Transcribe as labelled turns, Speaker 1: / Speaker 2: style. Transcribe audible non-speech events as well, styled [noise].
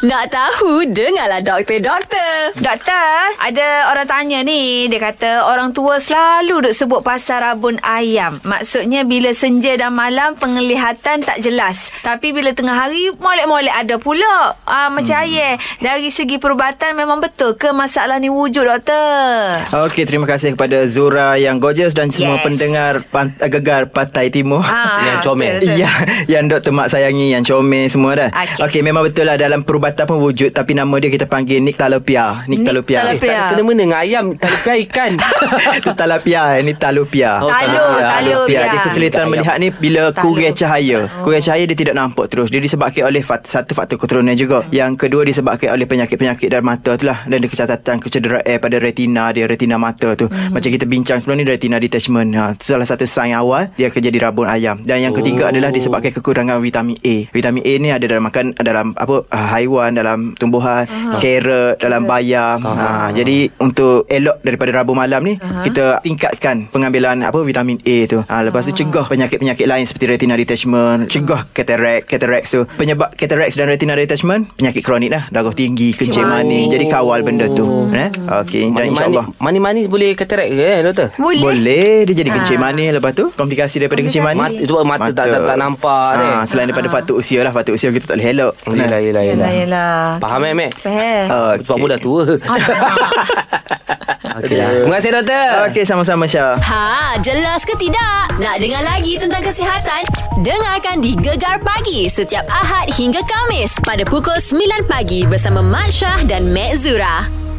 Speaker 1: Nak tahu, dengarlah doktor-doktor.
Speaker 2: Doktor, ada orang tanya ni. Dia kata orang tua selalu duk sebut pasal rabun ayam. Maksudnya bila senja dan malam penglihatan tak jelas. Tapi bila tengah hari, molek-molek ada pula. Ah, macam hmm. ayah. Dari segi perubatan memang betul ke masalah ni wujud doktor?
Speaker 3: Okey, terima kasih kepada Zura yang gorgeous dan semua
Speaker 2: Yes.
Speaker 3: pendengar pan, eh, gegar Pantai [laughs] Timur.
Speaker 2: Ah,
Speaker 4: Yang comel.
Speaker 2: betul, betul.
Speaker 3: Ya, yang doktor mak sayangi, yang comel semua dah.
Speaker 2: Okey.
Speaker 3: Okey, memang betul lah dalam perubatan pun wujud tapi nama dia kita panggil Nyctalopia. Nyctalopia. [laughs]
Speaker 4: Eh, tak ada kena-mena dengan ayam Tak ada kan? ikan
Speaker 3: Nyctalopia, Nyctalopia.
Speaker 4: Oh,
Speaker 2: Talo, talo
Speaker 4: tak-
Speaker 3: Talopia. Dia
Speaker 2: biar.
Speaker 3: kesulitan
Speaker 4: Ayam.
Speaker 3: melihat ni bila
Speaker 2: Talop.
Speaker 3: kurang cahaya. Kurang
Speaker 4: Hmm.
Speaker 3: cahaya dia tidak nampak terus. Dia disebabkan oleh fat, satu faktor keturunan juga.
Speaker 4: Hmm.
Speaker 3: Yang kedua disebabkan oleh penyakit-penyakit dalam mata tu lah. Dan ada kecacatan kecederaan eh, pada retina dia, retina mata tu.
Speaker 4: Hmm.
Speaker 3: Macam kita bincang sebelum ni retina detachment. Ha, tu salah satu sign awal dia akan jadi rabun ayam. Dan yang ketiga
Speaker 4: Oh.
Speaker 3: adalah disebabkan kekurangan vitamin A. Vitamin A ni ada dalam makan dalam apa ah, haiwan, dalam tumbuhan, carrot, dalam bayam. Ha, jadi untuk elok daripada rabun malam ni kita tingkatkan pengambilan apa vitamin A tu. Ha, lepas tu cegah penyakit-penyakit lain seperti retina detachment, cegah cataract, cataract tu. Penyebab cataract dan retina detachment penyakit kronik lah, darah tinggi, kencing manis. Jadi kawal benda tu. Eh? Okey, dan
Speaker 4: Manis-manis
Speaker 3: insyaallah
Speaker 4: Manis-manis boleh katerak ke eh, doktor?
Speaker 2: Boleh.
Speaker 3: boleh dia jadi kencing manis lepas tu komplikasi daripada kencing manis
Speaker 4: Mata- sebab mata tak- tak- tak nampak,
Speaker 3: ha,
Speaker 4: kan?
Speaker 3: selain daripada faktor usia lah faktor usia kita tak boleh elok Eh.
Speaker 4: Yelah, yelah,
Speaker 2: Yelah,
Speaker 4: yelah.
Speaker 2: yelah.
Speaker 4: Faham, eh, Mek?
Speaker 2: Faham.
Speaker 3: Ah,
Speaker 4: Sebab pun dah tua. [laughs] Okey lah. Terima kasih, doktor.
Speaker 3: Okey sama-sama Syah
Speaker 1: Ha, jelas ke tidak? Nak dengar lagi tentang kesihatan? Dengarkan di Gegar Pagi setiap Ahad hingga Kamis pada pukul 9 pagi bersama Mat Syah dan Mat Zura.